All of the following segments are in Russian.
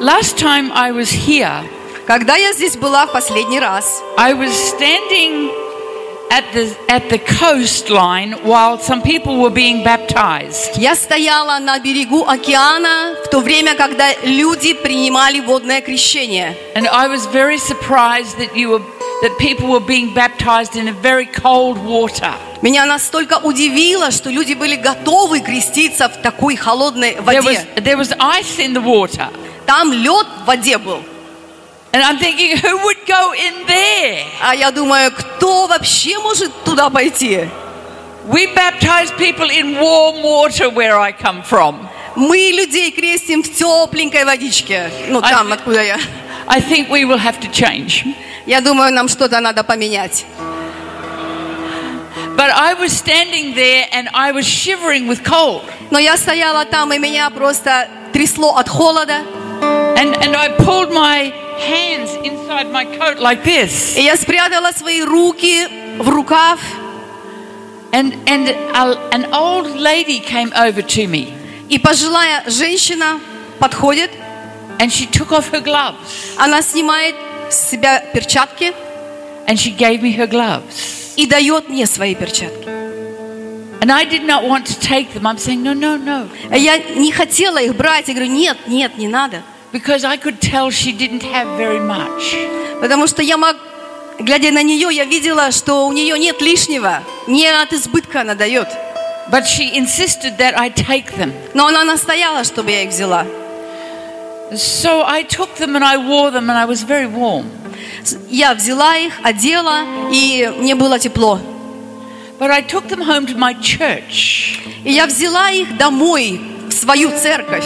Last time I was here, Когда я здесь была в последний раз, I was standing at the, at the coastline while some people were being baptized. я стояла на берегу океана в то время, когда люди принимали водное крещение. And I was very surprised that, you were, that people were being baptized in a very cold water. Меня настолько удивило, что люди были готовы креститься в такой холодной There was, воде. there was ice in the water. Там лед в воде был. And I'm thinking, who would go in there? А я думаю, кто вообще может туда пойти? We baptize people in warm water where I come from. Мы людей крестим в тепленькой водичке. Ну, А там, ты- откуда я. I think we will have to change. Я думаю, нам что-то надо поменять. But I was standing there and I was shivering with cold. Но я стояла там, и меня просто трясло от холода. And, and I pulled my hands inside my coat like this. И я спрятала свои руки в рукав. And, and a, an old lady came over to me И пожилая женщина подходит, and she took off her gloves она снимает с себя перчатки and she gave me her gloves. и дает мне свои перчатки. And I did not want to take them. I'm saying, no, no, no. А Я не хотела их брать. Я говорю, нет, нет, не надо. Because I could tell she didn't have very much. Потому что я мог... Глядя на нее, я видела, что у нее нет лишнего. Не от избытка она дает. But she insisted that I take them. Но она настояла, чтобы я их взяла. So I took them and I wore them and I was very warm. С- Я взяла их, одела, и мне было тепло. But I took them home to my church И я взяла их домой, в свою церковь.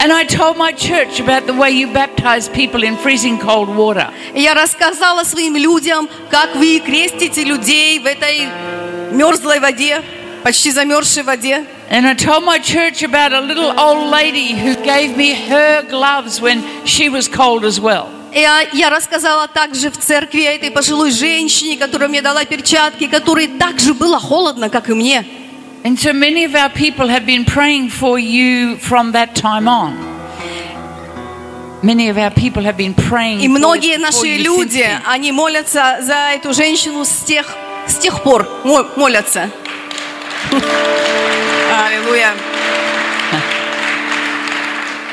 and I told my church about the way you baptize people in freezing cold water. И я рассказала своим людям, как вы крестите людей в этой мерзлой воде, почти замерзшей воде. And I told my church about a little old lady who gave me her gloves when she was cold as well. И Я, я рассказала также в церкви о этой пожилой женщине, которая мне дала перчатки, которой также было холодно, как и мне. And so many of our people have been praying for you from that time on. Many of our people have been praying И for- многие for наши you since люди, then. они молятся за эту женщину с тех, с тех пор, Мо- молятся. Аллилуйя.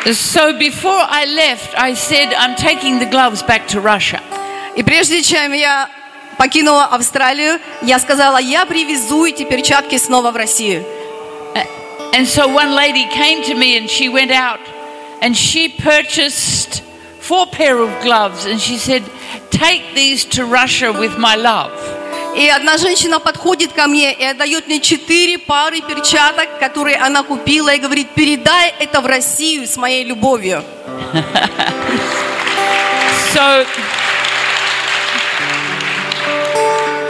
So before I left, I said, I'm taking the gloves back to Russia. И прежде чем я покинула Австралию, я сказала, я привезу эти перчатки снова в Россию. A- And so one lady came to me and she went out and she purchased four pair of gloves and she said, Take these to Russia with my love. И одна женщина подходит ко мне и отдает мне четыре пары перчаток, которые она купила, и говорит, передай это в Россию с моей любовью. So,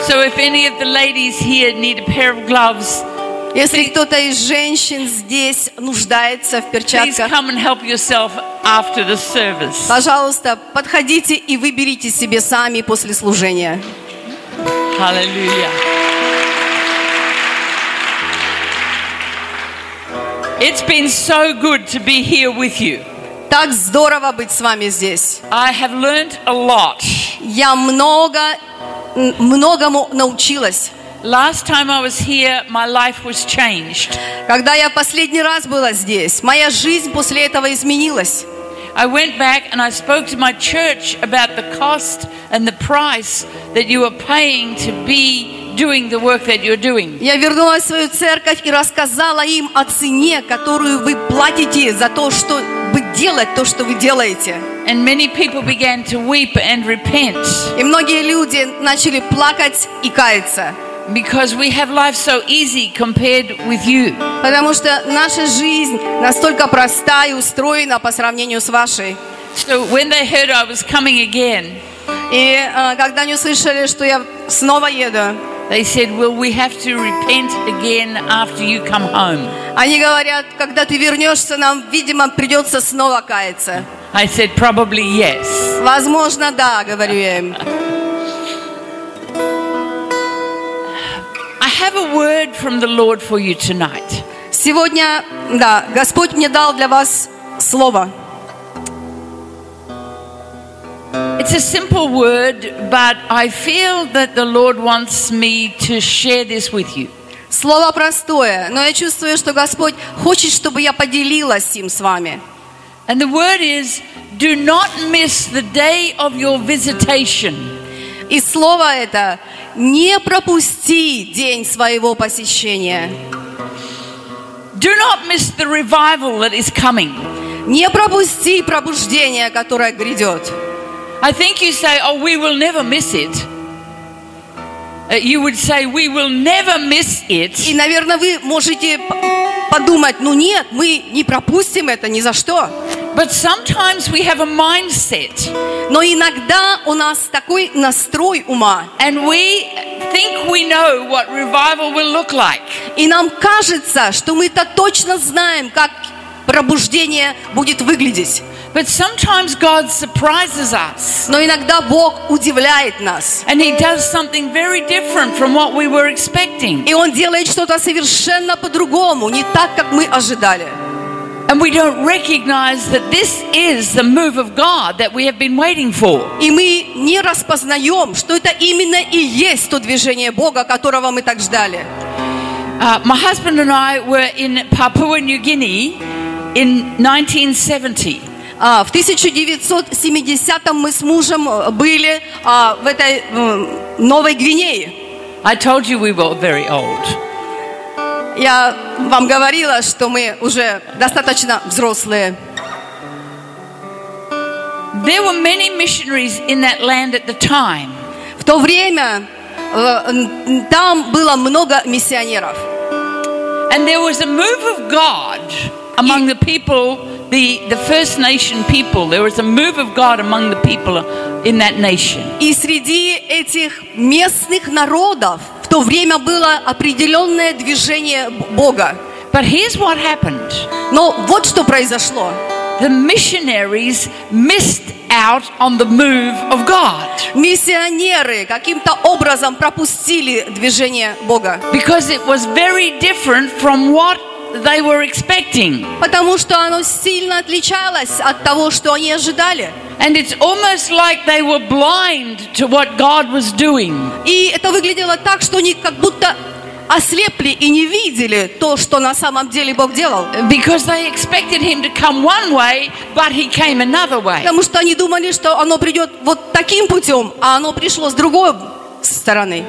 so if any of the ladies here need a pair of gloves, Если кто-то из женщин здесь нуждается в please перчатках, come and help yourself after the service. пожалуйста, подходите и выберите себе сами после служения. Hallelujah. It's been so good to be here with you. Так здорово быть с вами здесь. I have learned a lot. Я много, м, многому научилась. Last time I was here, my life was changed. Когда я последний раз была здесь, моя жизнь после этого изменилась. I went back and I spoke to my church about the cost and the price that you are paying to be doing the work that you're doing. Я вернулась в свою церковь и рассказала им о цене, которую вы платите за то, что вы делать то, что вы делаете. And many people began to weep and repent И многие люди начали плакать и каяться, because we have life so easy compared with you. потому что наша жизнь настолько проста и устроена по сравнению с вашей. So when they heard I was coming again, И э, когда они услышали, что я снова еду, they said, Well, we have to repent again after you come home. они говорят, когда ты вернешься, нам, видимо, придется снова каяться. I said, Probably yes. Возможно, да, говорю я им. I have a word from the Lord for you tonight. Сегодня, да, Господь мне дал для вас слово. It's a simple word, but I feel that the Lord wants me to share this with you. Слово простое, но я чувствую, что Господь хочет, чтобы я поделилась им с вами. And the word is do not miss the day of your visitation. И слово это «не пропусти день своего посещения». Do not miss the revival that is coming. Не пропусти пробуждение, которое грядет. I think you say, Oh, we will never miss it. Uh, you would say, We will never miss И, it. наверное, вы можете п- подумать, ну нет, мы не пропустим это ни за что. But sometimes we have a mindset Но иногда у нас такой настрой ума, and we think we know what revival will look like. и нам кажется, что мы-то точно знаем, как пробуждение будет выглядеть. But sometimes God surprises us Но иногда Бог удивляет нас. and He does something very different from what we were expecting. И Он делает что-то совершенно по-другому, не так, как мы ожидали. And we don't recognize that this is the move of God that we have been waiting for. И мы не распознаем, что это именно и есть то движение Бога, которого мы так ждали. Uh, my husband and I were in Papua New Guinea in 1970. А, В 1970 мы с мужем э, были а, в этой м, Новой Гвинее. I told you we were very old. Я вам говорила, что мы уже достаточно взрослые. There were many missionaries in that land at the time, В то время э, н- там было много миссионеров. and there was a move of God among the people, the, the First Nation people. There was a move of God among the people in that nation. И среди этих местных народов в то время было определенное движение Б- Бога. But here's what happened Но вот что произошло. the missionaries missed out on the move of God Миссионеры каким-то образом пропустили движение Бога. because it was very different from what they were expecting. Потому что оно сильно отличалось от того, что они ожидали. And it's almost like they were blind to what God was doing. И это выглядело так, что они как будто ослепли и не видели то, что на самом деле Бог делал. Because they expected him to come one way, but he came another way. Потому что они думали, что оно придет вот таким путем, а оно пришло с другой стороны.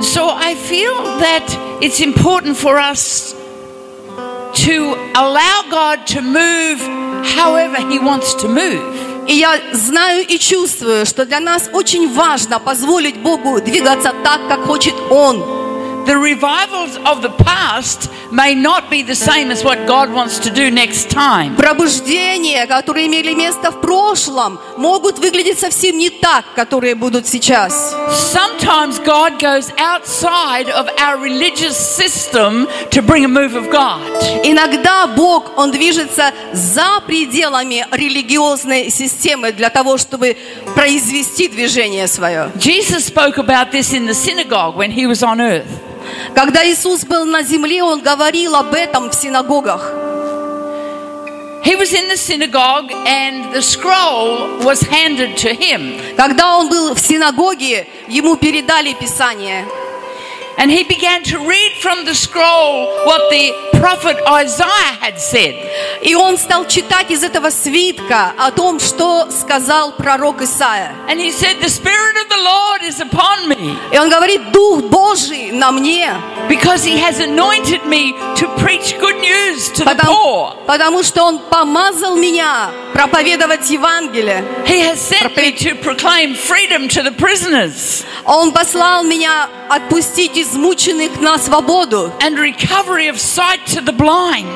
So I feel that it's important for us to allow God to move however he wants to move. И я знаю и чувствую, что для нас очень важно позволить Богу двигаться так, как хочет Он. The revivals of the past may not be the same as what God wants to do next time. Пробуждения, которые имели место в прошлом, могут выглядеть совсем не так, которые будут сейчас. Sometimes God goes outside of our religious system to bring a move of God. Иногда Бог, Он движется за пределами религиозной системы для того, чтобы произвести движение свое. Jesus spoke about this in the synagogue when he was on earth. Когда Иисус был на земле, Он говорил об этом в синагогах. He was in the synagogue and the scroll was handed to him. Когда Он был в синагоге, Ему передали Писание. And he began to read from the scroll what the prophet Isaiah had said. И Он стал читать из этого свитка о том, что сказал пророк Исаия. And he said, The Spirit of the Lord is upon me И он говорит, Дух Божий на мне, because he has anointed me to preach good news to the потому, poor. потому что Он помазал меня проповедовать Евангелие. He has sent me to proclaim freedom to the prisoners Он послал меня отпустить измученных на свободу, and recovery of sight to the blind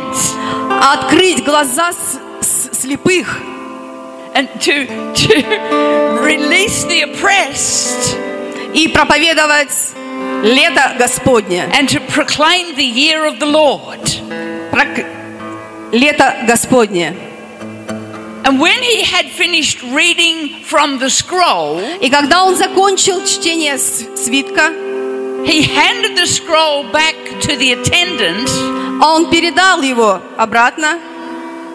открыть глаза с- с- слепых and to, to release the oppressed. и проповедовать лето Господне. and to proclaim the year of the Lord. Прок- Лето Господне. And when he had finished reading from the scroll, И когда он закончил чтение с- свитка, he handed the scroll back to the attendant он передал его обратно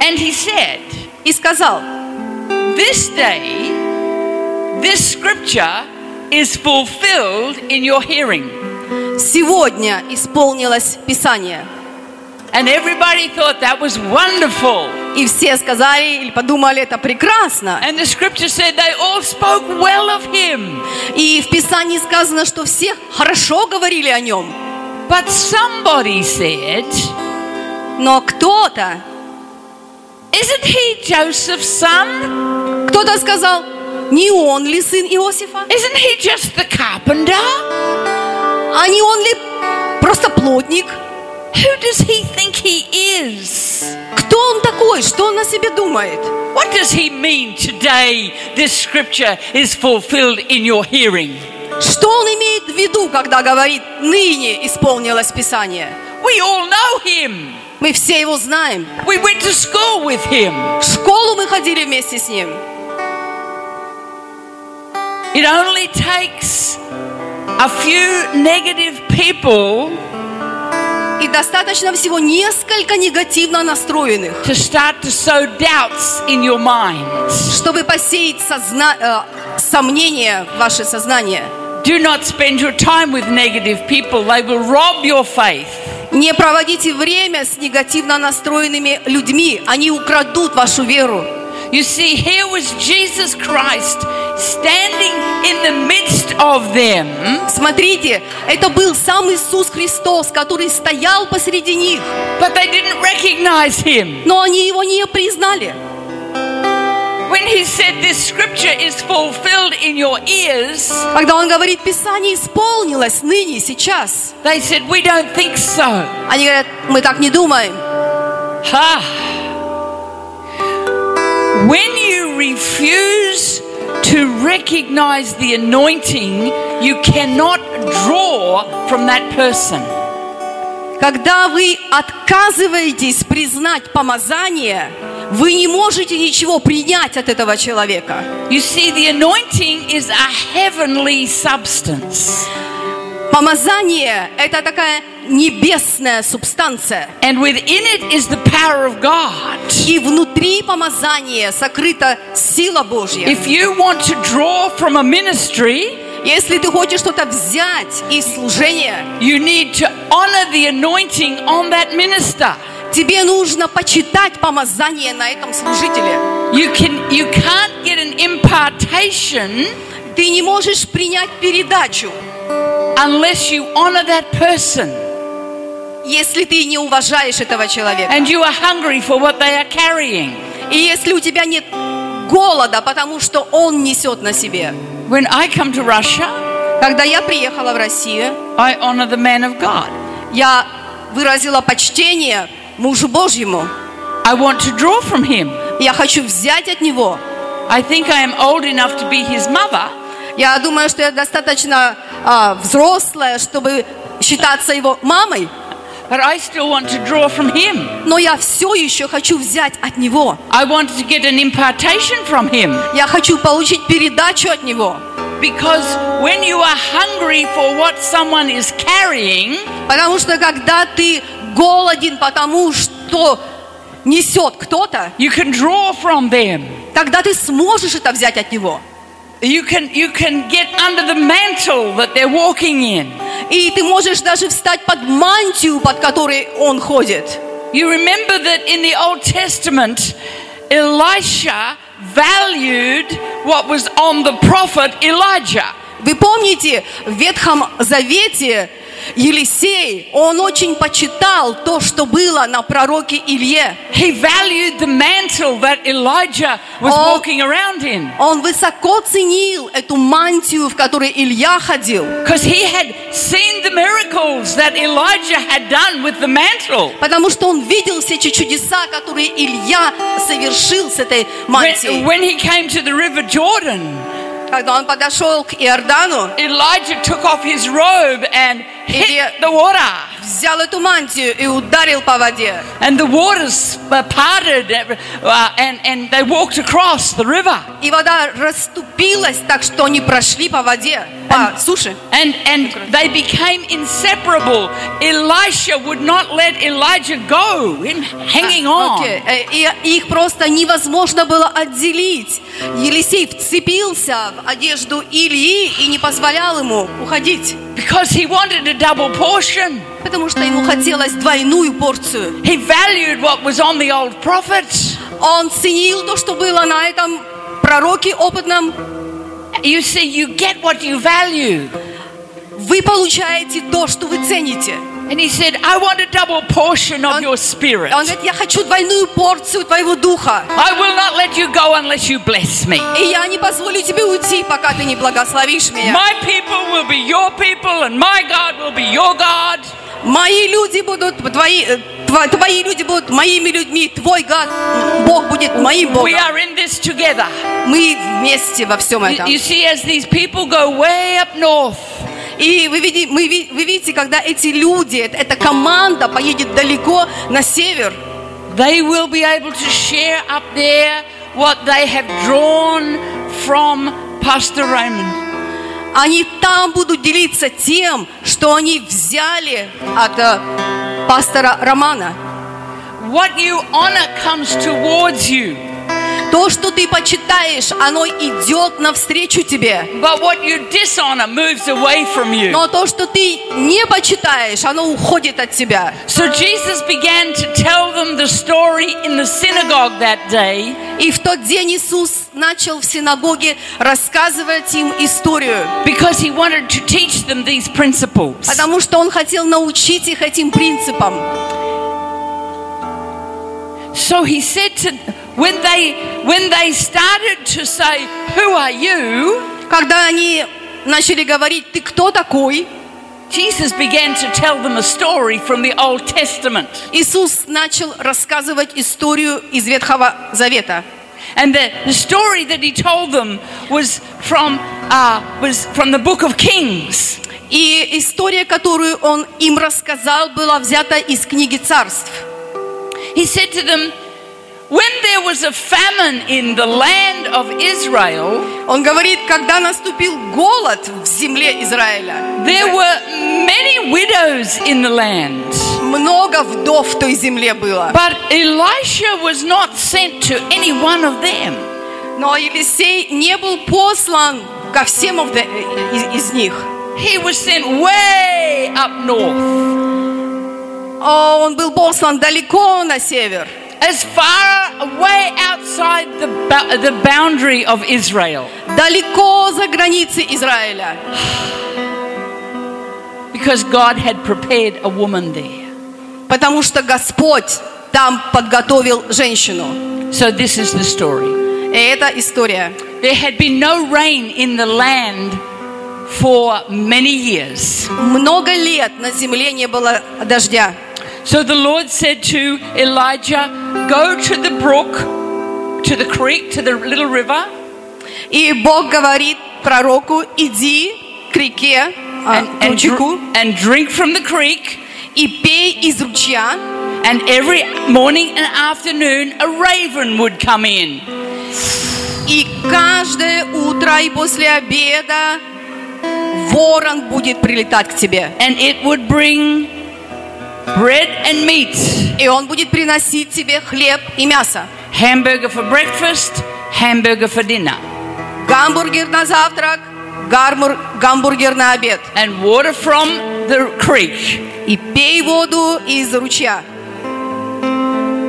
and he said, и сказал, This day This scripture is fulfilled in your hearing. Сегодня исполнилось Писание. And everybody thought that was wonderful. И все сказали или подумали, это прекрасно. And the scripture said they all spoke well of him. И в Писании сказано, что все хорошо говорили о нем. But somebody said, Но кто-то, Isn't he Joseph's son? кто-то сказал, не он ли сын Иосифа? Isn't he just the carpenter? А не он ли просто плотник? Who does he think he is? Кто он такой? Что он о себе думает? What does he mean today? This scripture is fulfilled in your hearing. Что он имеет в виду, когда говорит «ныне исполнилось Писание»? We all know him. Мы все его знаем. We went to school with him. В школу мы ходили вместе с ним. It only takes a few negative people И достаточно всего несколько негативно настроенных, to start to sow doubts in your mind. чтобы посеять созна- э, сомнения в ваше сознание. Do not spend your time with negative people, they will rob your faith. Не проводите время с негативно настроенными людьми. Они украдут вашу веру. You see, here was Jesus Christ standing in the midst of them, Смотрите, это был сам Иисус Христос, который стоял посреди них, but they didn't recognize him. но они его не признали. When he said, This scripture is fulfilled in your ears, Когда он говорит, Писание исполнилось ныне, сейчас. they said, We don't think so. Они говорят, мы так не думаем. Ha! When you refuse to recognize the anointing, you cannot draw from that person. Когда вы отказываетесь признать помазание, вы не можете ничего принять от этого человека. You see, the anointing is a heavenly substance. Помазание – это такая небесная субстанция. And within it is the power of God. И внутри помазания сокрыта сила Божья. If you want to draw from a ministry, Если ты хочешь что-то взять из служения, you need to honor the anointing on that minister. тебе нужно почитать помазание на этом служителе. You can you can't get an impartation Ты не можешь принять передачу, unless you honor that person если ты не уважаешь этого человека. and you are hungry for what they are carrying. И если у тебя нет голода, потому что он несет на себе. When I come to Russia, Когда я приехала в Россию, I honor the man of God. я выразила почтение мужу Божьему. I want to draw from him. Я хочу взять от него. I think I am old enough to be his mother. Я думаю, что я достаточно а, взрослая, чтобы считаться его мамой, But I still want to draw from him. но я все еще хочу взять от него. I want to get an impartation from him. Я хочу получить передачу от него. Because when you are hungry for what someone is carrying, Потому что когда ты голоден потому, что несет кто-то, you can draw from them. тогда ты сможешь это взять от него. You can, you can get under the mantle that they're walking in. И ты можешь даже встать под мантию, под которой он ходит. You remember that in the Old Testament, Elisha valued what was on the prophet Elijah. Вы помните, в Ветхом Завете Елисей, он очень почитал то, что было на пророке Илье. He valued the mantle that Elijah was Oh. walking around in. Он высоко ценил эту мантию, в которой Илья ходил, Because he had seen the miracles that Elijah had done with the mantle. потому что он видел все эти чудеса, которые Илья совершил с этой When, мантией. when he came to the River Jordan, Когда он подошел к Иордану, Elijah took off his robe and Или- hit the water. взял эту мантию и ударил по воде. And the waters uh, parted uh, and, and they walked across the river. И вода расступилась так, что они прошли по воде. А, по суше. And, and they became inseparable. Elisha would not let Elijah go, in hanging on. Окей. Э, И их просто невозможно было отделить. Елисей вцепился в одежду Ильи и не позволял ему уходить, Because he wanted a double portion. потому что ему хотелось двойную порцию. He valued what was on the old prophets. Он ценил то, что было на этом пророке опытном. You see, you get what you value. Вы получаете то, что вы цените. And he said, I want a double portion of Он- your spirit. Он говорит, я хочу двойную порцию твоего духа. I will not let you go unless you bless me. И я не позволю тебе уйти, пока ты не благословишь меня. My people will be your people, and my God will be your God. Мои люди будут твои, э, тво- твои люди будут моими людьми. Твой гад, Бог будет моим We Богом. are in this together. Мы вместе во всем You, этом. you see, as these people go way up north, И вы, види- мы ви- вы видите, когда эти люди, э- эта команда поедет далеко на север, they will be able to share up there what they have drawn from Pastor Raymond. они там будут делиться тем, что они взяли от э, пастора Романа. What you honor comes towards you, То, что ты почитаешь, оно идет навстречу тебе. but what you dishonor moves away from you. Но то, что ты не почитаешь, оно уходит от тебя. So Jesus began to tell them the story in the synagogue that day. И в тот день Иисус начал в синагоге рассказывать им историю, Because he wanted to teach them these principles. потому что Он хотел научить их этим принципам. So he said to when they when they started to say, "Who are you?" Когда они начали говорить, ты кто такой? Jesus began to tell them a story from the Old Testament. Иисус начал рассказывать историю из Ветхого Завета. And the, the story that he told them was from uh, was from the book of Kings. И история, которую Он им рассказал, была взята из книги царств. He said to them, "When there was a famine in the land of Israel, Он говорит, когда наступил голод в земле Израиля, there were many widows in the land." много вдов в той земле было. But Elisha was not sent to any one of them. Но Елисей не был послан ко всем овда- из, из них. He was sent way up north, А Он был послан далеко на север, as far away outside the, ba- the boundary of Israel, далеко за границы Израиля, because God had prepared a woman there. потому что Господь там подготовил женщину. So, this is the story. И это история. There had been no rain in the land for many years. Много лет на земле не было дождя. So the Lord said to Elijah, Go to the brook, to the creek, to the little river, И Бог говорит пророку, иди к реке, а, and, and, dr- ручейку, and drink from the creek. и пей из ручья. And every morning and afternoon, a raven would come in. И каждое утро и после обеда ворон будет прилетать к тебе. And it would bring bread and meat, И он будет приносить тебе хлеб и мясо. hamburger for breakfast, hamburger for dinner, Гамбургер на завтрак, гармур- гамбургер на обед. and water from the creek. И пей воду из ручья.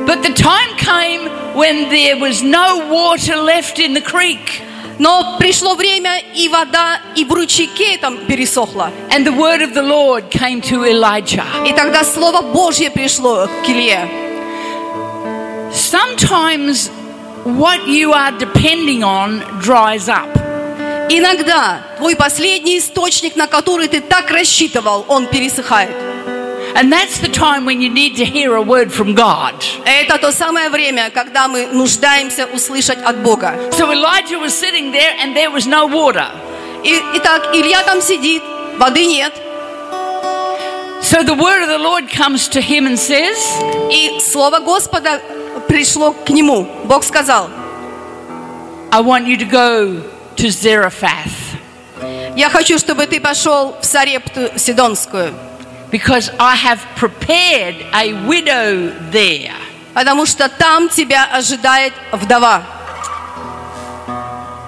But the time came when there was no water left in the creek. Но пришло время, и вода, и в ручейке там пересохла. And the word of the Lord came to Elijah. И тогда Слово Божье пришло к Илье. Sometimes what you are depending on dries up. Иногда твой последний источник, на который ты так рассчитывал, он пересыхает. And that's the time when you need to hear a word from God. Это то самое время, когда мы нуждаемся услышать от Бога. So Elijah was sitting there and there was no water. И, итак, Илья там сидит, воды нет. So the word of the Lord comes to him and says, И слово Господа пришло к нему. Бог сказал, I want you to go to Zarephath. Я хочу, чтобы ты пошел в Сарепту Сидонскую, because I have prepared a widow there. потому что там тебя ожидает вдова.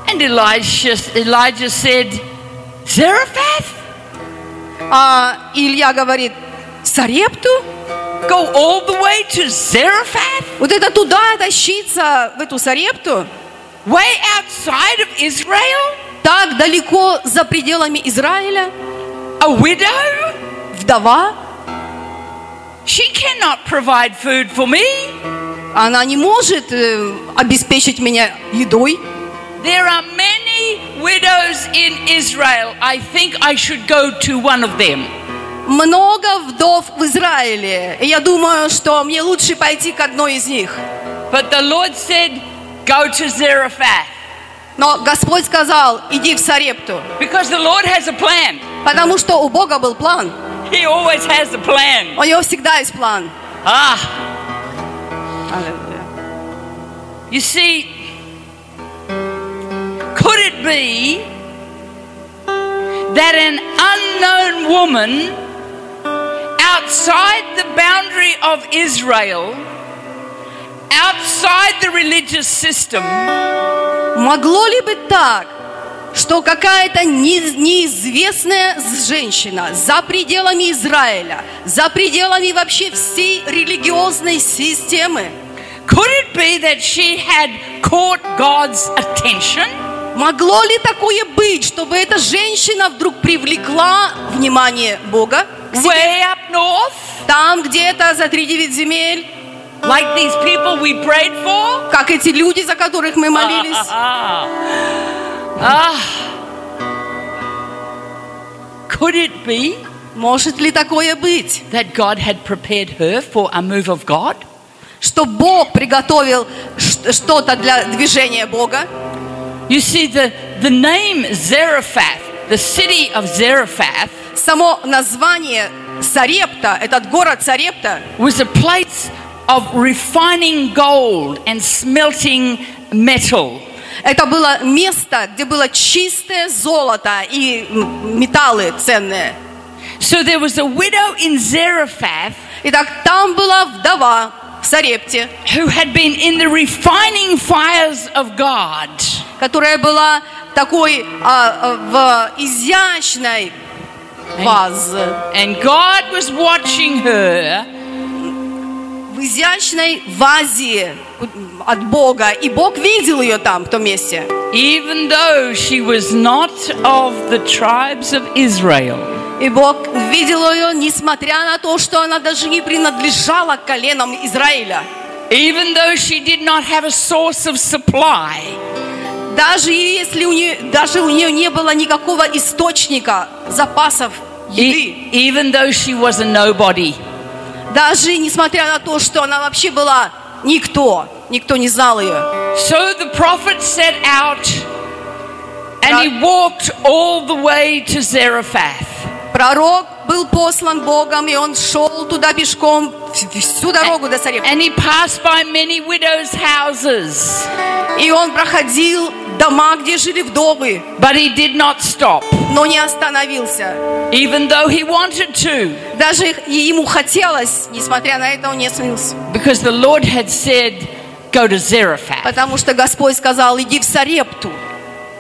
And Elijah, Elijah said, Zarephath, А Илья говорит, Сарепту? go all the way to Zarephath, Вот это туда тащиться, в эту Сарепту? way outside of Israel, Так далеко за пределами Израиля? a widow. Вдова? She cannot provide food for me. Она не может э, обеспечить меня едой. There are many widows in Israel. I think I should go to one of them. Много вдов в Израиле. И я думаю, что мне лучше пойти к одной из них. But the Lord said, Go to Zarephath. Но Господь сказал, иди в Сарепту. Because the Lord has a plan. Потому что у Бога был план. He always has a plan. У него всегда есть план. Ah, you see, could it be that an unknown woman outside the boundary of Israel, outside the religious system, Могло ли быть так, что какая-то не- неизвестная женщина за пределами Израиля, за пределами вообще всей религиозной системы, Could it be that she had caught God's attention? могло ли такое быть, чтобы эта женщина вдруг привлекла внимание Бога? к себе? Way up north, Там где-то за три девять земель, like these people we prayed for? как эти люди, за которых мы молились. Ah. Could it be Может ли такое быть, that God had prepared her for a move of God? что Бог приготовил ш- что-то для движения Бога? You see, the, the name Zarephath, the city of Zarephath, Само название Сарепта, этот город Сарепта, was a place of refining gold and smelting metal. это было место, где было чистое золото и м, металлы ценные. So there was a widow in Zarephath Итак, там была вдова в Сарепте, who had been in the refining fires of God. которая была такой а, а, в изящной вазе, And God was watching her в изящной вазе от Бога. И Бог видел ее там, в том месте. even though she was not of the tribes of Israel. И Бог видел ее, несмотря на то, что она даже не принадлежала к коленам Израиля. Even though she did not have a source of supply, Даже если у нее, даже у нее не было никакого источника запасов еды, e- even though she was a nobody, даже несмотря на то, что она вообще была никто, никто не знал ее. So the prophet set out and he walked all the way to Zarephath. Пророк был послан Богом, и он шел туда пешком в- всю дорогу до Сарепта. And he passed by many widows' houses, И он проходил дома, где жили вдовы, but he did not stop, но не остановился. even though he wanted to, Даже их- и ему хотелось, несмотря на это, он не остановился. because the Lord had said, Go to Zarephath. Потому что Господь сказал, иди в Сарепту.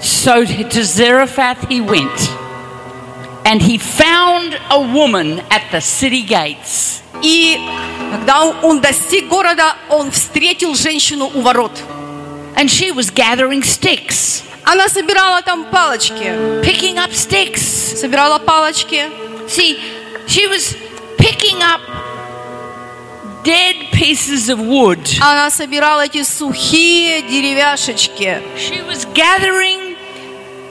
So to Zarephath he went, and he found a woman at the city gates. И когда он- он достиг города, он встретил женщину у ворот. And she was gathering sticks, Она собирала там палочки, picking up sticks. собирала палочки. See, she was picking up dead pieces of wood. а Она собирала эти сухие деревяшечки. She was gathering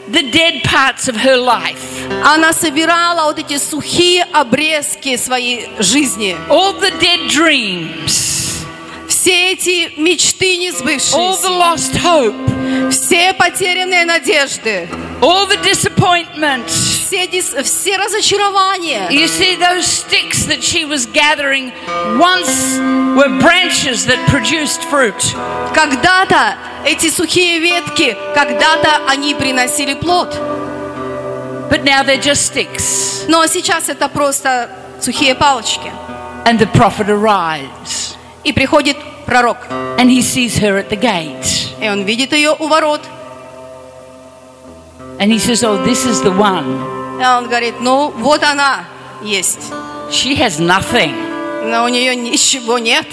the dead parts of her life, Она собирала вот эти сухие обрезки своей жизни. all the dead dreams, Все эти мечты не all the сбывшиеся. lost hope, Все потерянные надежды. all the disappointment. Все, дис- все разочарования. You see, those sticks that she was gathering once were branches that produced fruit. Когда-то эти сухие ветки, когда-то они приносили плод. But now they're just sticks. Но сейчас это просто сухие палочки. And the prophet arrives И приходит пророк, and he sees her at the gate. и он видит ее у ворот. And he says, Oh, this is the one. И он говорит, ну вот она есть. She has nothing. Но у нее ничего нет.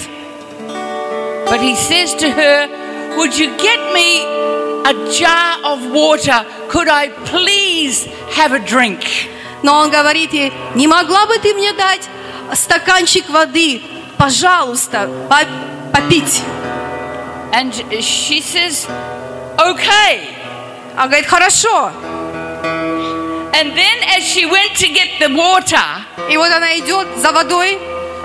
But he says to her, Would you get me a jar of water? Could I please have a drink? Но он говорит ей, не могла бы ты мне дать стаканчик воды, пожалуйста, по- попить. And she says, Okay. А говорит, хорошо. And then as she went to get the water, И вот она идет за водой,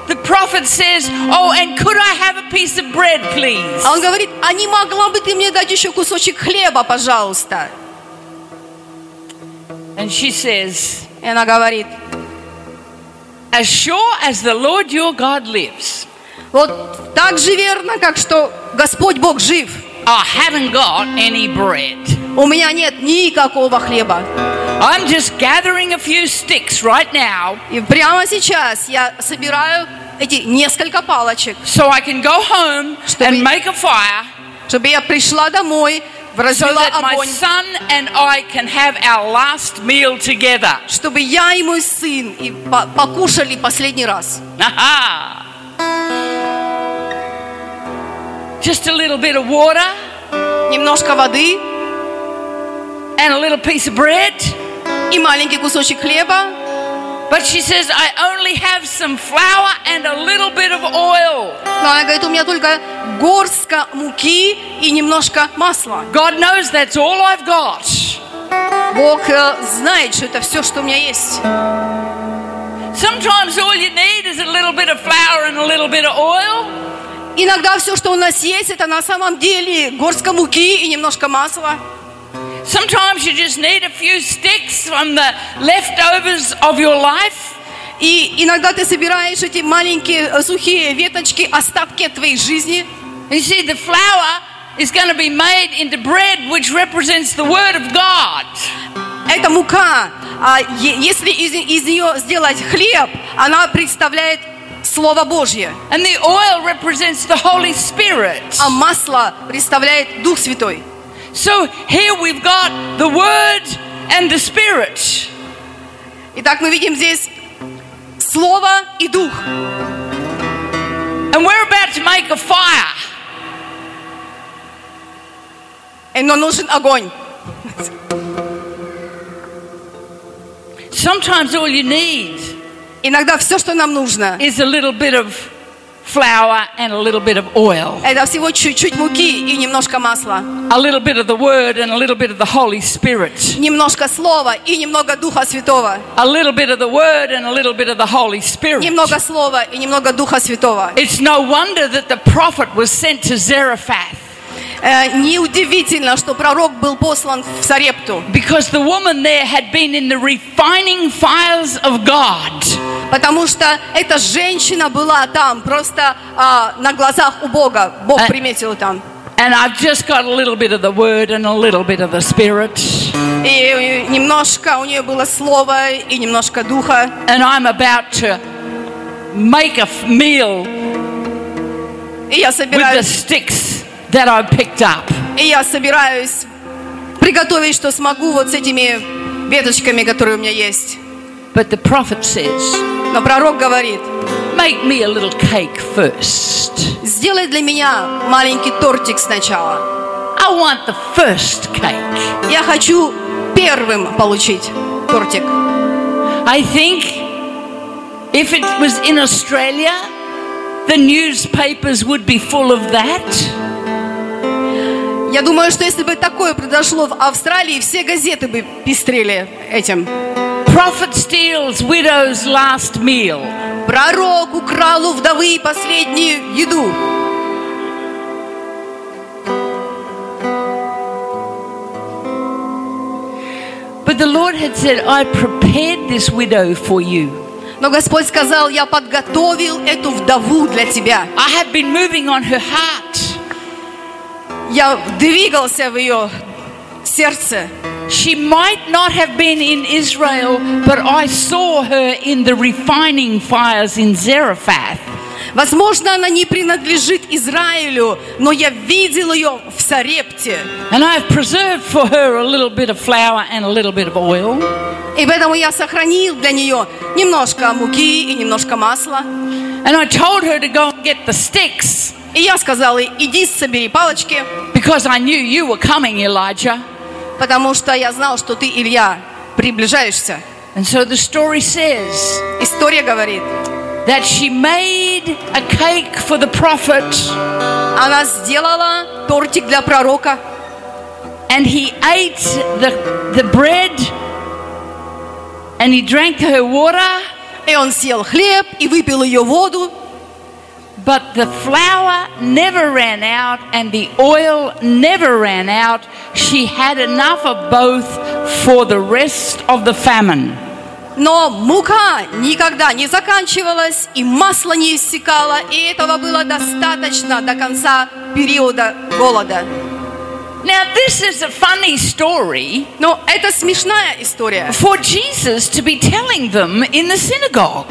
the prophet says, Oh, and could I have a piece of bread, please? а он говорит, а не могла бы ты мне дать еще кусочек хлеба, пожалуйста? And she says, И она говорит, As sure as the Lord your God lives, вот так же верно, как что Господь Бог жив. I haven't got any bread. У меня нет никакого хлеба. I'm just gathering a few sticks right now И прямо сейчас я собираю эти несколько палочек, so I can go home and make a fire чтобы я пришла домой, so развела that my огонь, son and I can have our last meal together. чтобы я и мой сын и по- покушали последний раз. Aha! Just a little bit of water Немножко воды and a little piece of bread. и маленький кусочек хлеба. But she says, I only have some flour and a little bit of oil. Но она говорит, у меня только горстка муки и немножко масла. God knows that's all I've got. Бог э, знает, что это все, что у меня есть. Sometimes all you need is a little bit of flour and a little bit of oil. Иногда все, что у нас есть, это на самом деле горстка муки и немножко масла. Sometimes you just need a few sticks from the leftovers of your life. И иногда ты собираешь эти маленькие э, сухие веточки, остатки от твоей жизни. You see, the flour is going to be made into bread, which represents the Word of God. Это мука. А е- если из, из нее сделать хлеб, она представляет Слово Божье. And the oil represents the Holy Spirit. А масло представляет Дух Святой. so here we've got the Word and the Spirit. Итак, мы видим здесь Слово и Дух. And we're about to make a fire. Э, Но нужен огонь. Sometimes all you need Иногда все, что нам нужно, is a little bit of flour and a little bit of oil, это всего чуть-чуть муки и немножко масла. a little bit of the Word and a little bit of the Holy Spirit. Немножко Слова и немного Духа Святого. A little bit of the Word and a little bit of the Holy Spirit. Немного Слова и немного Духа Святого. It's no wonder that the prophet was sent to Zarephath. Э, Неудивительно, что пророк был послан в Сарепту, Because the woman there had been in the refining fires of God. потому что эта женщина была там, просто а, на глазах у Бога. Бог Э. приметил там. And I've just got a little bit of the word and a little bit of the spirit. И у неё немножко у нее было слово и немножко духа. And I'm about to make a f- meal И я with the собираюсь, sticks that I picked up. и я собираюсь приготовить, что смогу вот с этими веточками, которые у меня есть. But the prophet says, Но пророк говорит, Make me a little cake first. сделай для меня маленький тортик сначала. I want the first cake. Я хочу первым получить тортик. I think if it was in Australia, the newspapers would be full of that. Я думаю, что если бы такое произошло в Австралии, все газеты бы пестрели этим. Prophet steals widow's last meal. Пророк украл у вдовы последнюю еду. But the Lord had said, I prepared this widow for you. Но Господь сказал, я подготовил эту вдову для тебя. I have been moving on her heart. Я двигался в ее сердце. She might not have been in Israel, but I saw her in the refining fires in Zarephath. Возможно, она не принадлежит Израилю, но я видел ее в Сарепте. And I've preserved for her a little bit of flour and a little bit of oil. И поэтому я сохранил для нее немножко муки и немножко масла. And I told her to go and get the sticks И я сказал ей, иди собери палочки, because I knew you were coming, Elijah. потому что я знал, что ты, Илья, приближаешься. And so the story says История говорит, that she made a cake for the prophet она сделала тортик для пророка, and he ate the, the bread and he drank her water, и он съел хлеб и выпил ее воду, but the flour never ran out and the oil never ran out. She had enough of both for the rest of the famine. но мука никогда не заканчивалась, и масло не иссякало, и этого было достаточно до конца периода голода. Now, this is a funny story Но это смешная история. for Jesus to be telling them in the synagogue.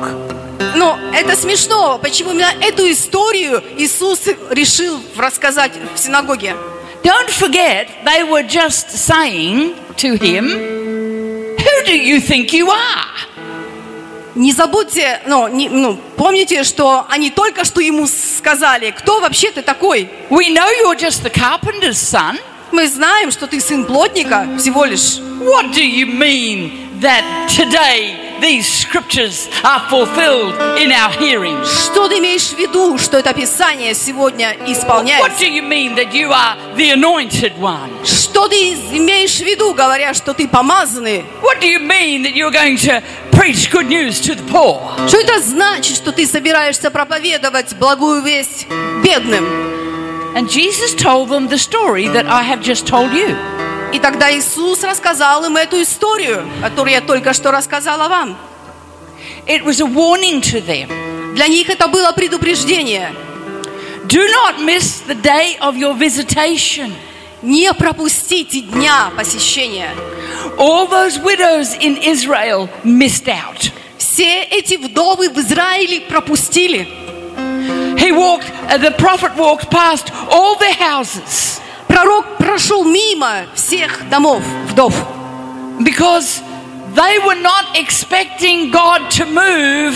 Но это смешно. Почему именно эту историю Иисус решил рассказать в синагоге? Don't forget, they were just saying to him, Who do you think you are? Не забудьте, ну, не- ну, помните, что они только что ему сказали, кто вообще ты такой? We know you're just the carpenter's son. Мы знаем, что ты сын плотника всего лишь. What do you mean that today these scriptures are fulfilled in our hearing? Что ты имеешь в виду, что это Писание сегодня What исполняется? do you mean that you are the anointed one? Что ты имеешь в виду, говоря, что ты помазанный? What do you mean that you're going to preach good news to the poor? Что это значит, что ты собираешься проповедовать благую весть бедным? And Jesus told them the story that I have just told you. И тогда Иисус рассказал им эту историю, которую я только что рассказала вам. It was a warning to them. Для них это было предупреждение. Do not miss the day of your visitation. Не пропустите дня посещения. All those widows in Israel missed out. Все эти вдовы в Израиле пропустили. He walked, uh, the prophet walked past all their houses Пророк прошел мимо всех домов вдов, because they were not expecting God to move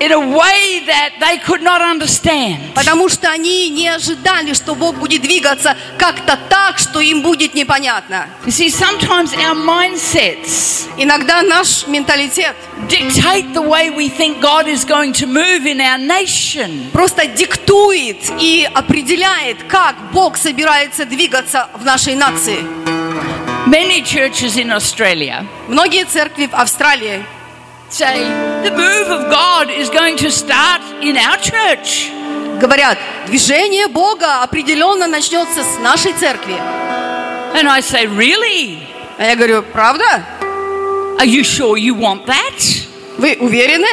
in a way that they could not understand. потому что они не ожидали, что Бог будет двигаться как-то так, что им будет непонятно. You see, sometimes our mindsets Иногда наш менталитет dictate the way we think God is going to move in our nation. просто диктует и определяет, как Бог собирается двигаться в нашей нации. Many churches in Australia Многие церкви в Австралии say the move of God is going to start in our church. говорят, движение Бога определенно начнется с нашей церкви. And I say, Really? А я говорю, правда? Are you sure you want that? Вы уверены?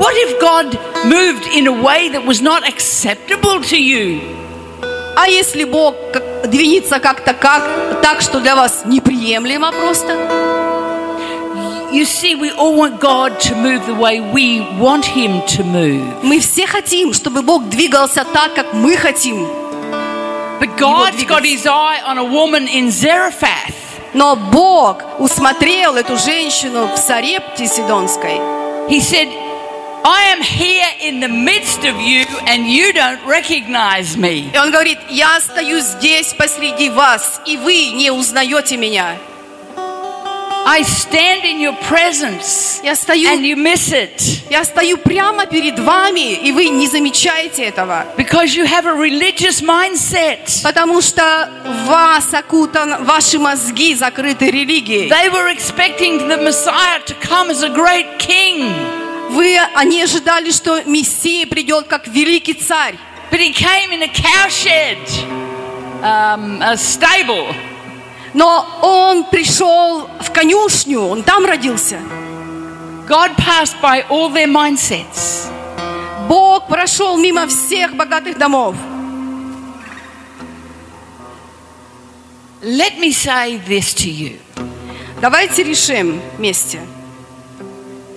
What if God moved in a way that was not acceptable to you? А если Бог как- двинется как-то как, так, что для вас неприемлемо просто? You see, we all want God to move the way we want Him to move. Мы все хотим, чтобы Бог двигался так, как мы хотим. But God's got His eye on a woman in Zarephath. Но Бог усмотрел эту женщину в Сарепте Сидонской. He said, I am here in the midst of you, and you don't recognize me. И он говорит, я стою здесь посреди вас, и вы не узнаете меня. I stand in your presence, Я and стою, you miss it я стою прямо перед вами, и вы не замечаете этого. because you have a religious mindset. Потому что вас окутан, ваши мозги закрыты религией. They were expecting the Messiah to come as a great king, Вы, они ожидали, что Мессия придет как великий царь. but he came in a cowshed, um, a stable, Но он пришел в конюшню, он там родился. God passed by all their mindsets. Бог прошел мимо всех богатых домов. Let me say this to you Давайте решим вместе.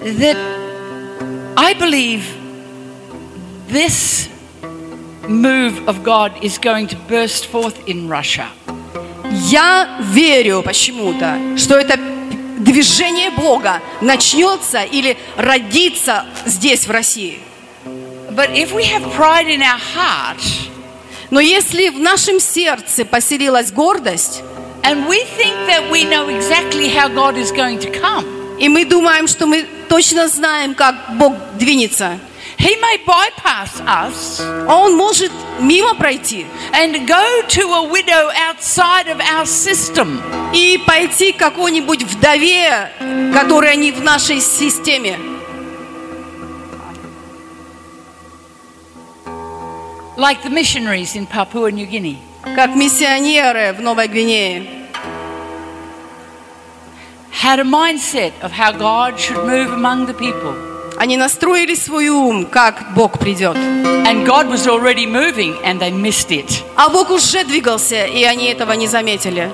that I believe this move of God is going to burst forth in Russia. Я верю почему-то, что это движение Бога начнется или родится здесь, в России. But if we have pride in our heart Но если в нашем сердце поселилась гордость, and we think that we know exactly how God is going to come, и мы думаем, что мы точно знаем, как Бог двинется, He may bypass us А Он может мимо пройти and go to a widow outside of our system. и пойти к какой-нибудь вдове, которая не в нашей системе. like the missionaries in Papua New Guinea. как миссионеры в Новой Гвинее, Had a mindset of how God should move among the people. они настроили свой ум, как Бог придет. And God was already moving and they missed it. А Бог уже двигался, и они этого не заметили.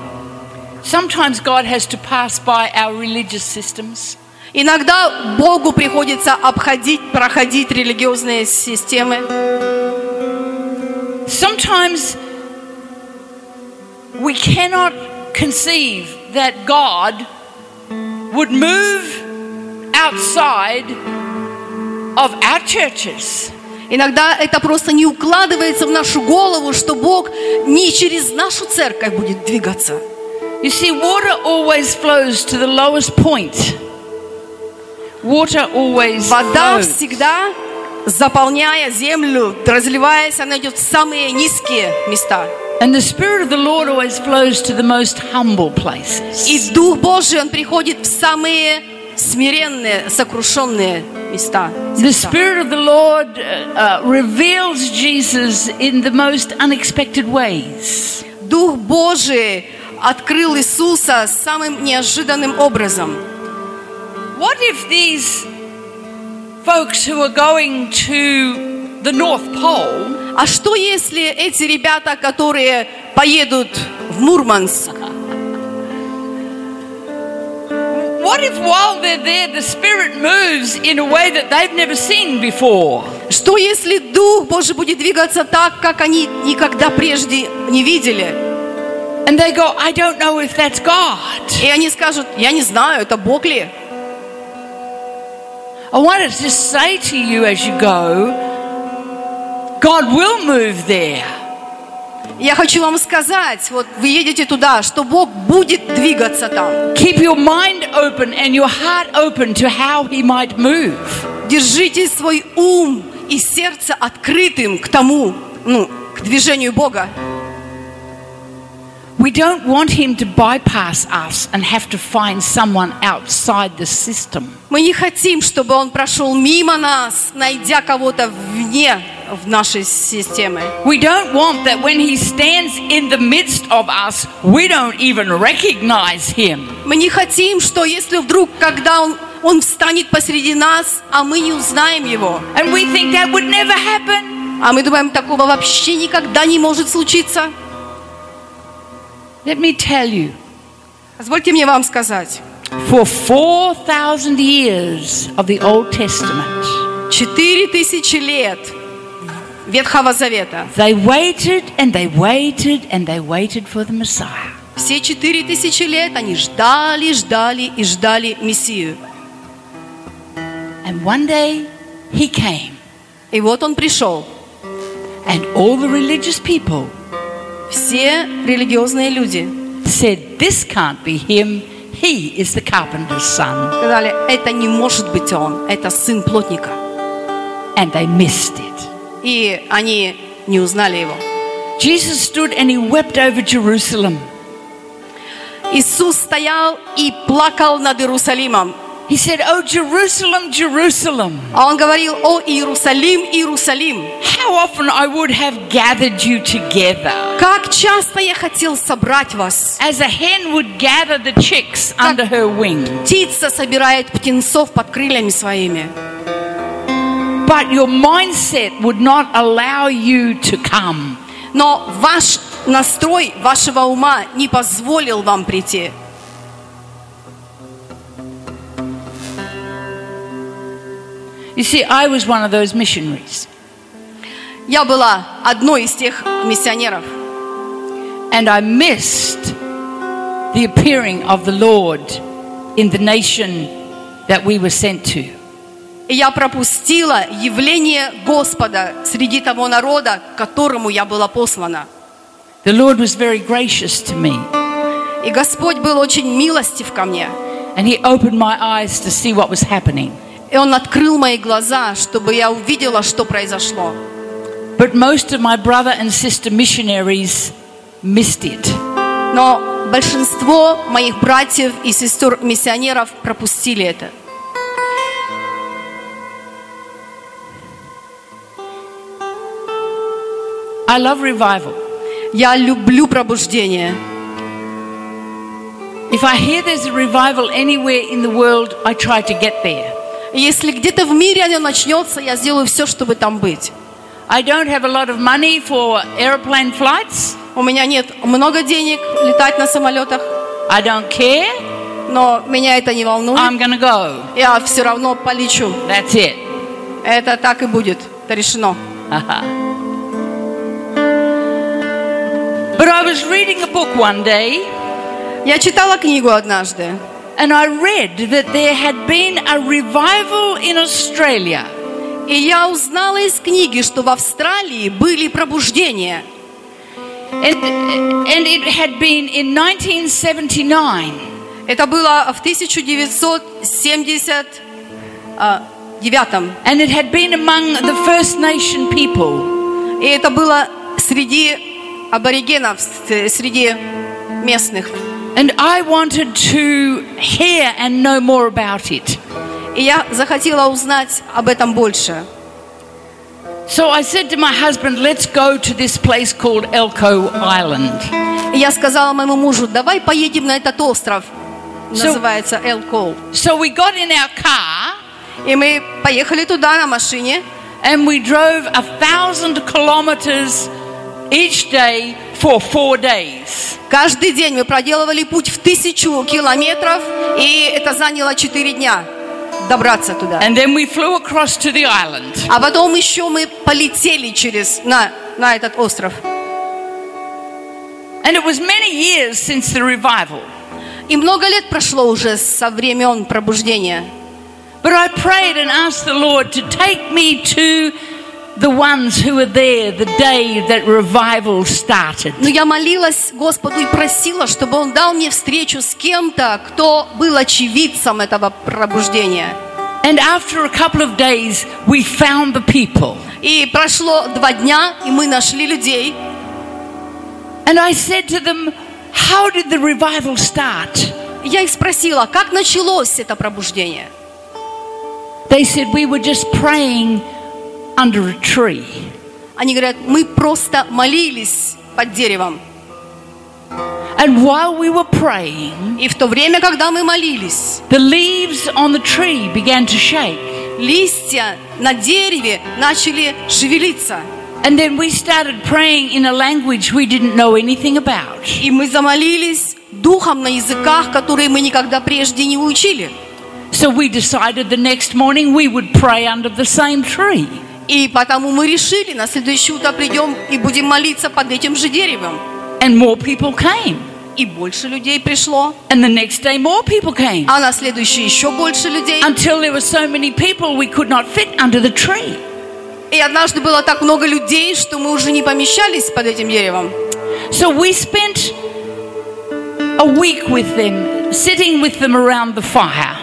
Sometimes God has to pass by our religious systems Иногда Богу приходится обходить, проходить религиозные системы. Sometimes we cannot conceive that God would move outside of our churches. Иногда это просто не укладывается в нашу голову, что Бог не через нашу церковь будет двигаться. You see, water always flows to the lowest point. Water always Вода flows. всегда, заполняя землю, разливаясь, она идет в самые низкие места. And the Spirit of the Lord always flows to the most humble places. И Дух Божий, Он приходит в самые смиренные, сокрушенные места. the Spirit of the Lord uh, uh, reveals Jesus in the most unexpected ways. Дух Божий открыл Иисуса самым неожиданным образом. What if these folks who are going to the North Pole А что если эти ребята, которые поедут в Мурманск, what if while they're there the Spirit moves in a way that they've never seen before? что если Дух Божий будет двигаться так, как они никогда прежде не видели? And they go, I don't know if that's God. И они скажут, я не знаю, это Бог ли? I want to just say to you as you go, God will move there. Я хочу вам сказать, вот вы едете туда, что Бог будет двигаться там. Keep your mind open and your heart open to how He might move. Держите свой ум и сердце открытым к тому, ну, к движению Бога. We don't want Him to bypass us and have to find someone outside the system. Мы не хотим, чтобы Он прошел мимо нас, найдя кого-то вне в нашей системы. We don't want that when He stands in the midst of us, we don't even recognize Him. Мы не хотим, что если вдруг, когда Он, он встанет посреди нас, а мы не узнаем Его, And we think that would never happen. а мы думаем, такого вообще никогда не может случиться. Let me tell you, Позвольте мне вам сказать, for 4,000 years of the Old Testament, четыре тысячи лет Ветхого Завета, They waited and they waited and they waited for the Messiah. Все четыре тысячи лет они ждали, ждали и ждали Мессию. And one day he came, И вот он пришел. and all the religious people Все религиозные люди said, This can't be him. He is the carpenter's son. сказали, это не может быть он, это сын плотника. And they missed it. И они не узнали его. Jesus stood and he wept over Jerusalem. Иисус стоял и плакал над Иерусалимом. He said, Oh, Jerusalem, Jerusalem, А он говорил, о Иерусалим, Иерусалим, how often I would have gathered you together. как часто я хотел собрать вас. As a hen would gather the chicks under her wing, Птица собирает птенцов под крыльями своими. but your mindset would not allow you to come. Но ваш настрой вашего ума не позволил вам прийти. You see, I was one of those missionaries, Я была одной из тех миссионеров, and I missed the appearing of the Lord in the nation that we were sent to. и я пропустила явление Господа среди того народа, к которому я была послана. The Lord was very gracious to me, И Господь был очень милостив ко мне. and He opened my eyes to see what was happening. И Он открыл мои глаза, чтобы я увидела, что произошло. But most of my brother and sister missionaries missed it. Но большинство моих братьев и сестер-миссионеров пропустили это. I love revival. Я люблю пробуждение. If I hear there's a revival anywhere in the world, I try to get there. И Если где-то в мире оно начнется, я сделаю все, чтобы там быть. I don't have a lot of money for aeroplane flights. У меня нет много денег летать на самолетах, I don't care. но меня это не волнует. I'm going to go. Я все равно полечу. That's it. Это так и будет. Это решено. Aha. But I was reading a book one day Я читала книгу однажды. and I read that there had been a revival in Australia. И я узнала из книги, что в Австралии были пробуждения. And, and it had been in 1979. Это было в а, 1979 And it had been among the First Nation people. И это было среди аборигенов, с- среди местных. And I wanted to hear and know more about it. И я захотела узнать об этом больше. So I said to my husband, let's go to this place called Elko Island. И я сказала моему мужу, давай поедем на этот остров. Называется Элкол. So we got in our car И мы поехали туда на машине. and we drove a thousand kilometers each day for four days. Каждый день мы проделывали путь в тысячу километров, и это заняло 4 дня добраться туда. And then we flew across to the island. А потом еще мы полетели через на, на этот остров. And it was many years since the revival. И много лет прошло уже со времен пробуждения. But I prayed and asked the Lord to take me to the ones who were there the day that revival started. Но я молилась Господу и просила, чтобы Он дал мне встречу с кем-то, кто был очевидцем этого пробуждения. And after a couple of days, we found the people. И прошло два дня, и мы нашли людей. And I said to them, How did the revival start? Я их спросила, как началось это пробуждение? They said, We were just praying under a tree. Они говорят, мы просто молились под деревом. And while we were praying, И в то время, когда мы молились, the leaves on the tree began to shake. листья на дереве начали шевелиться. And then we started praying in a language we didn't know anything about. И мы замолились духом на языках, которые мы никогда прежде не учили. So we decided the next morning we would pray under the same tree. И потому мы решили, на следующее утро придем и будем молиться под этим же деревом. And more people came. И больше людей пришло, And the next day, more people came. а на следующее еще больше людей. Until there were so many people we could not fit under the tree. И однажды было так много людей, что мы уже не помещались под этим деревом. So we spent a week with them, sitting with them around the fire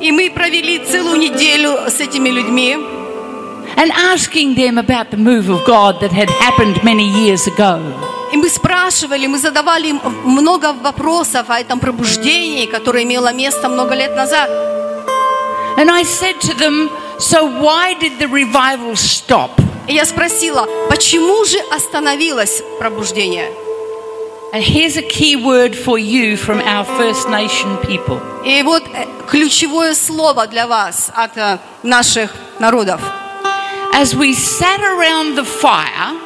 И мы провели целую неделю с этими людьми, and asking them about the move of God that had happened many years ago. И мы спрашивали, мы задавали им много вопросов о этом пробуждении, которое имело место много лет назад. And I said to them, So why did the revival stop? И я спросила, почему же остановилось пробуждение? And here's a key word for you from our First Nation people. И вот э, ключевое слово для вас от э, наших народов. As we sat around the fire,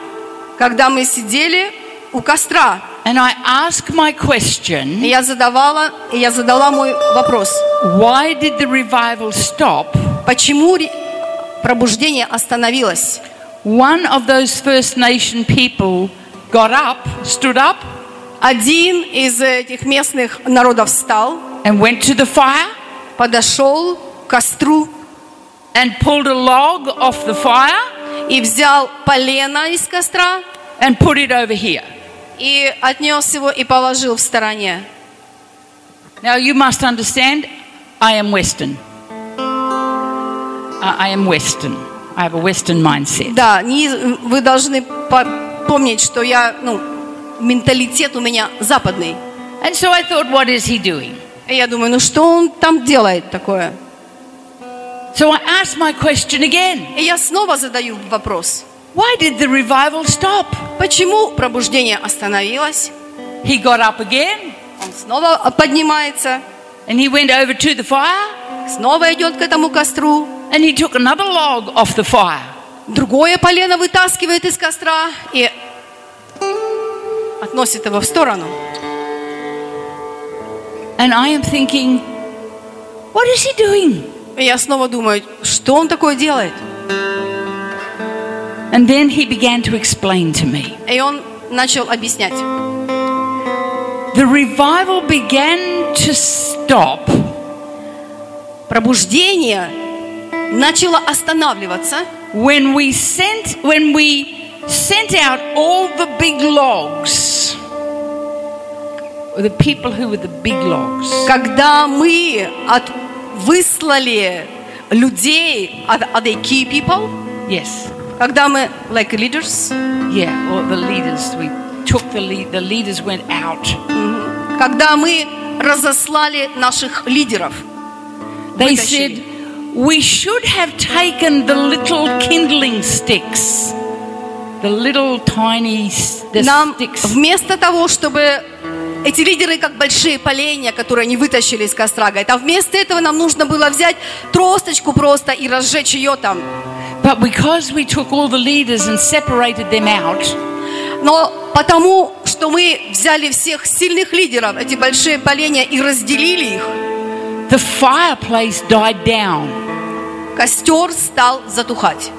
Когда мы сидели у костра. And I asked my И question я задавала, и я задала мой вопрос. why did the revival stop? Почему ре- пробуждение остановилось? One of those First Nation people got up, stood up, Один из этих местных народов встал, and went to the fire подошел к костру and pulled a log off the fire и взял полено из костра and put it over here. и отнес его и положил в стороне. Now you must understand, I am Western. I I am Western. I have a Western mindset. Да, не- вы должны по- помнить, что я, ну, менталитет у меня западный. And so I thought, what is he doing? И я думаю, ну что он там делает такое? So I asked my question again И я снова задаю вопрос. Why did the revival stop? Почему пробуждение остановилось? He got up again Он снова поднимается, and he went over to the fire снова идет к этому костру, and he took another log off the fire. другое полено вытаскивает из костра и относит его в сторону. And I am thinking, what is he doing? И я снова думаю, что он такое делает? And then he began to explain to me. И он начал объяснять. The revival began to stop Пробуждение начало останавливаться, when we sent when we sent out all the big logs. The people who were the big logs. когда мы от- выслали людей от от the key people, Yes. когда мы, like leaders, Yeah, or the leaders. We took the lead the leaders went out. когда мы разослали наших лидеров. They Wait, I said we should have taken the little kindling sticks. The little tiny s- the Нам sticks. вместо того, чтобы эти лидеры, как большие поленья, которые они вытащили из костра, говорят, а вместо этого нам нужно было взять тросточку просто и разжечь ее там. But because we took all the leaders and separated them out, Но потому, что мы взяли всех сильных лидеров, эти большие поленья, и разделили их, the fireplace died down костер стал затухать.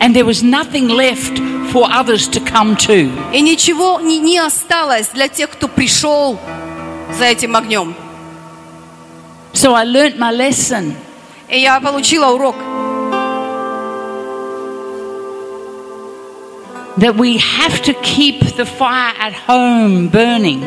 and there was nothing left for others to come to. И ничего не, не осталось для тех, кто пришел за этим огнем. So I learnt my lesson. И я получила урок, That we have to keep the fire at home burning.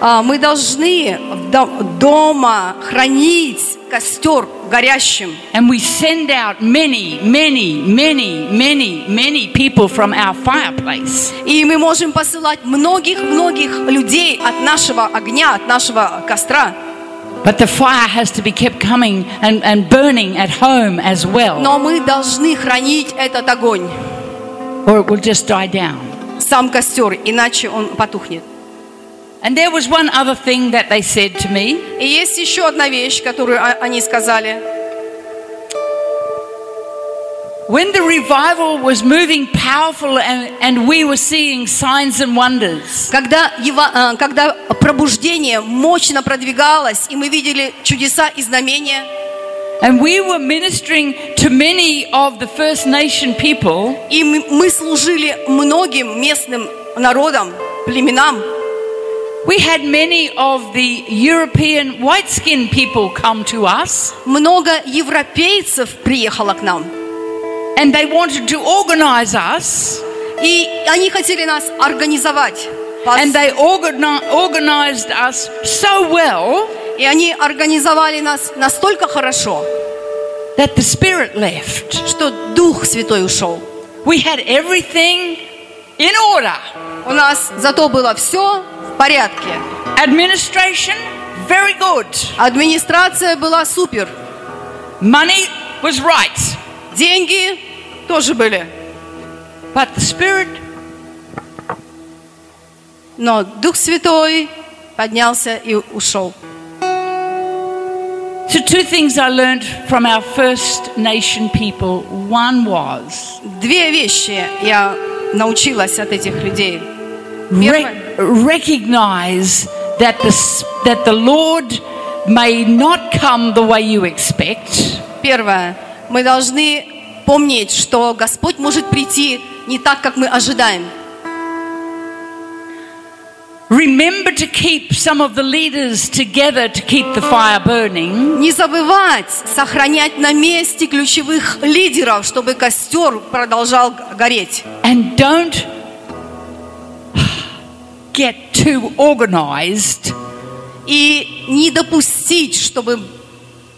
А, Мы должны в дом- дома хранить костер горящим. And we send out many, many, many, many, many people from our fireplace. И мы можем посылать многих-многих людей от нашего огня, от нашего костра. But the fire has to be kept coming and, and burning at home as well, Но мы должны хранить этот огонь, or it will just die down. сам костер, иначе он потухнет. And there was one other thing that they said to me. И есть еще одна вещь, которую о- они сказали. When the revival was moving powerful and, and we were seeing signs and wonders, Когда, ева- а, когда пробуждение мощно продвигалось, и мы видели чудеса и знамения, and we were ministering to many of the First Nation people, и мы- мы служили многим местным народам, племенам, we had many of the European white skinned people come to us Много европейцев приехало к нам. and they wanted to organize us И они хотели нас организовать. Пос- and they organi- organized us so well И они организовали нас настолько хорошо, that the Spirit left. что Дух Святой ушел. We had everything in order У нас зато было все в порядке. administration, very good. Администрация была супер. Money was right, Деньги тоже были. but the Spirit, Но Дух Святой поднялся и ушел. so two things I learned from our First Nation people. One was Две вещи я научилась от этих людей. Первое. Re- recognize that the, s- that the Lord may not come the way you expect, Первое. Мы должны помнить, что Господь может прийти не так, как мы ожидаем. Remember to keep some of the leaders together to keep the fire burning. Не забывать сохранять на месте ключевых лидеров, чтобы костер продолжал г- гореть. And don't get too organized И не допустить, чтобы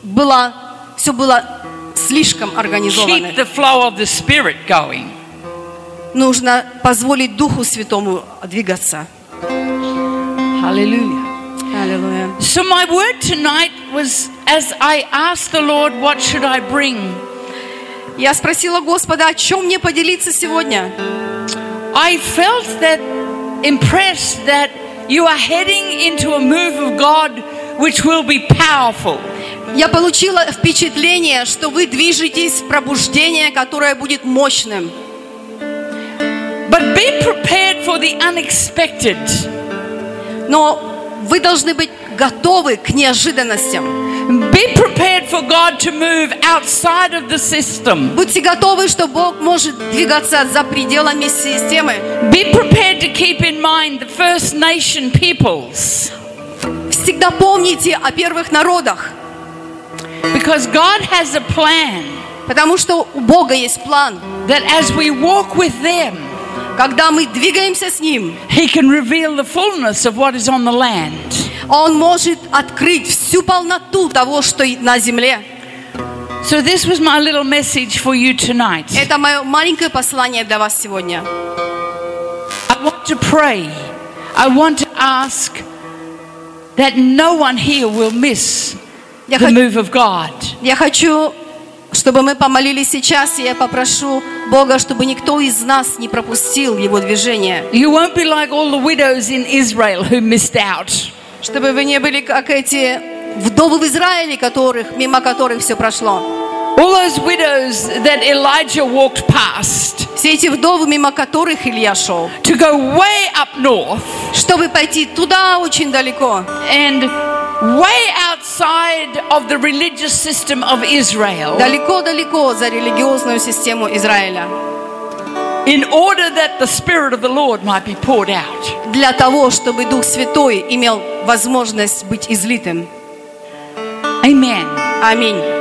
было, все было слишком организовано. keep the flow of the spirit going Нужно позволить Духу Святому двигаться. hallelujah Аллилуйя. so my word tonight was as i asked the lord what should i bring Я спросила Господа, о чем мне поделиться сегодня? i felt that impressed that you are heading into a move of god which will be powerful Я получила впечатление, что вы движетесь в пробуждение, которое будет мощным. but be prepared for the unexpected Но вы должны быть готовы к неожиданностям. be prepared for god to move outside of the system Будьте готовы, что Бог может двигаться за пределами системы. Be prepared to keep in mind the First Nation peoples Всегда помните о первых народах, because God has a plan потому что у Бога есть план. that as we walk with them, Когда мы двигаемся с Ним, He can reveal the fullness of what is on the land. Он может открыть всю полноту того, что и на земле. So, this was my little message for you tonight. Это мое маленькое послание для вас сегодня. I want to pray, I want to ask that no one here will miss Я the хочу- move of God. Я хочу, чтобы мы помолились сейчас, и я попрошу Бога, чтобы никто из нас не пропустил Его движение. You won't be like all the widows in Israel who missed out. Чтобы вы не были как эти вдовы в Израиле, которых, мимо которых все прошло. All those widows that Elijah walked past. Все эти вдовы, мимо которых Илья шел. to go way up north Чтобы пойти туда очень далеко. and way outside of the religious system of Israel Далеко-далеко за религиозную систему Израиля. in order that the Spirit of the Lord might be poured out. Для того, чтобы Дух Святой имел возможность быть излитым. Amen. Аминь.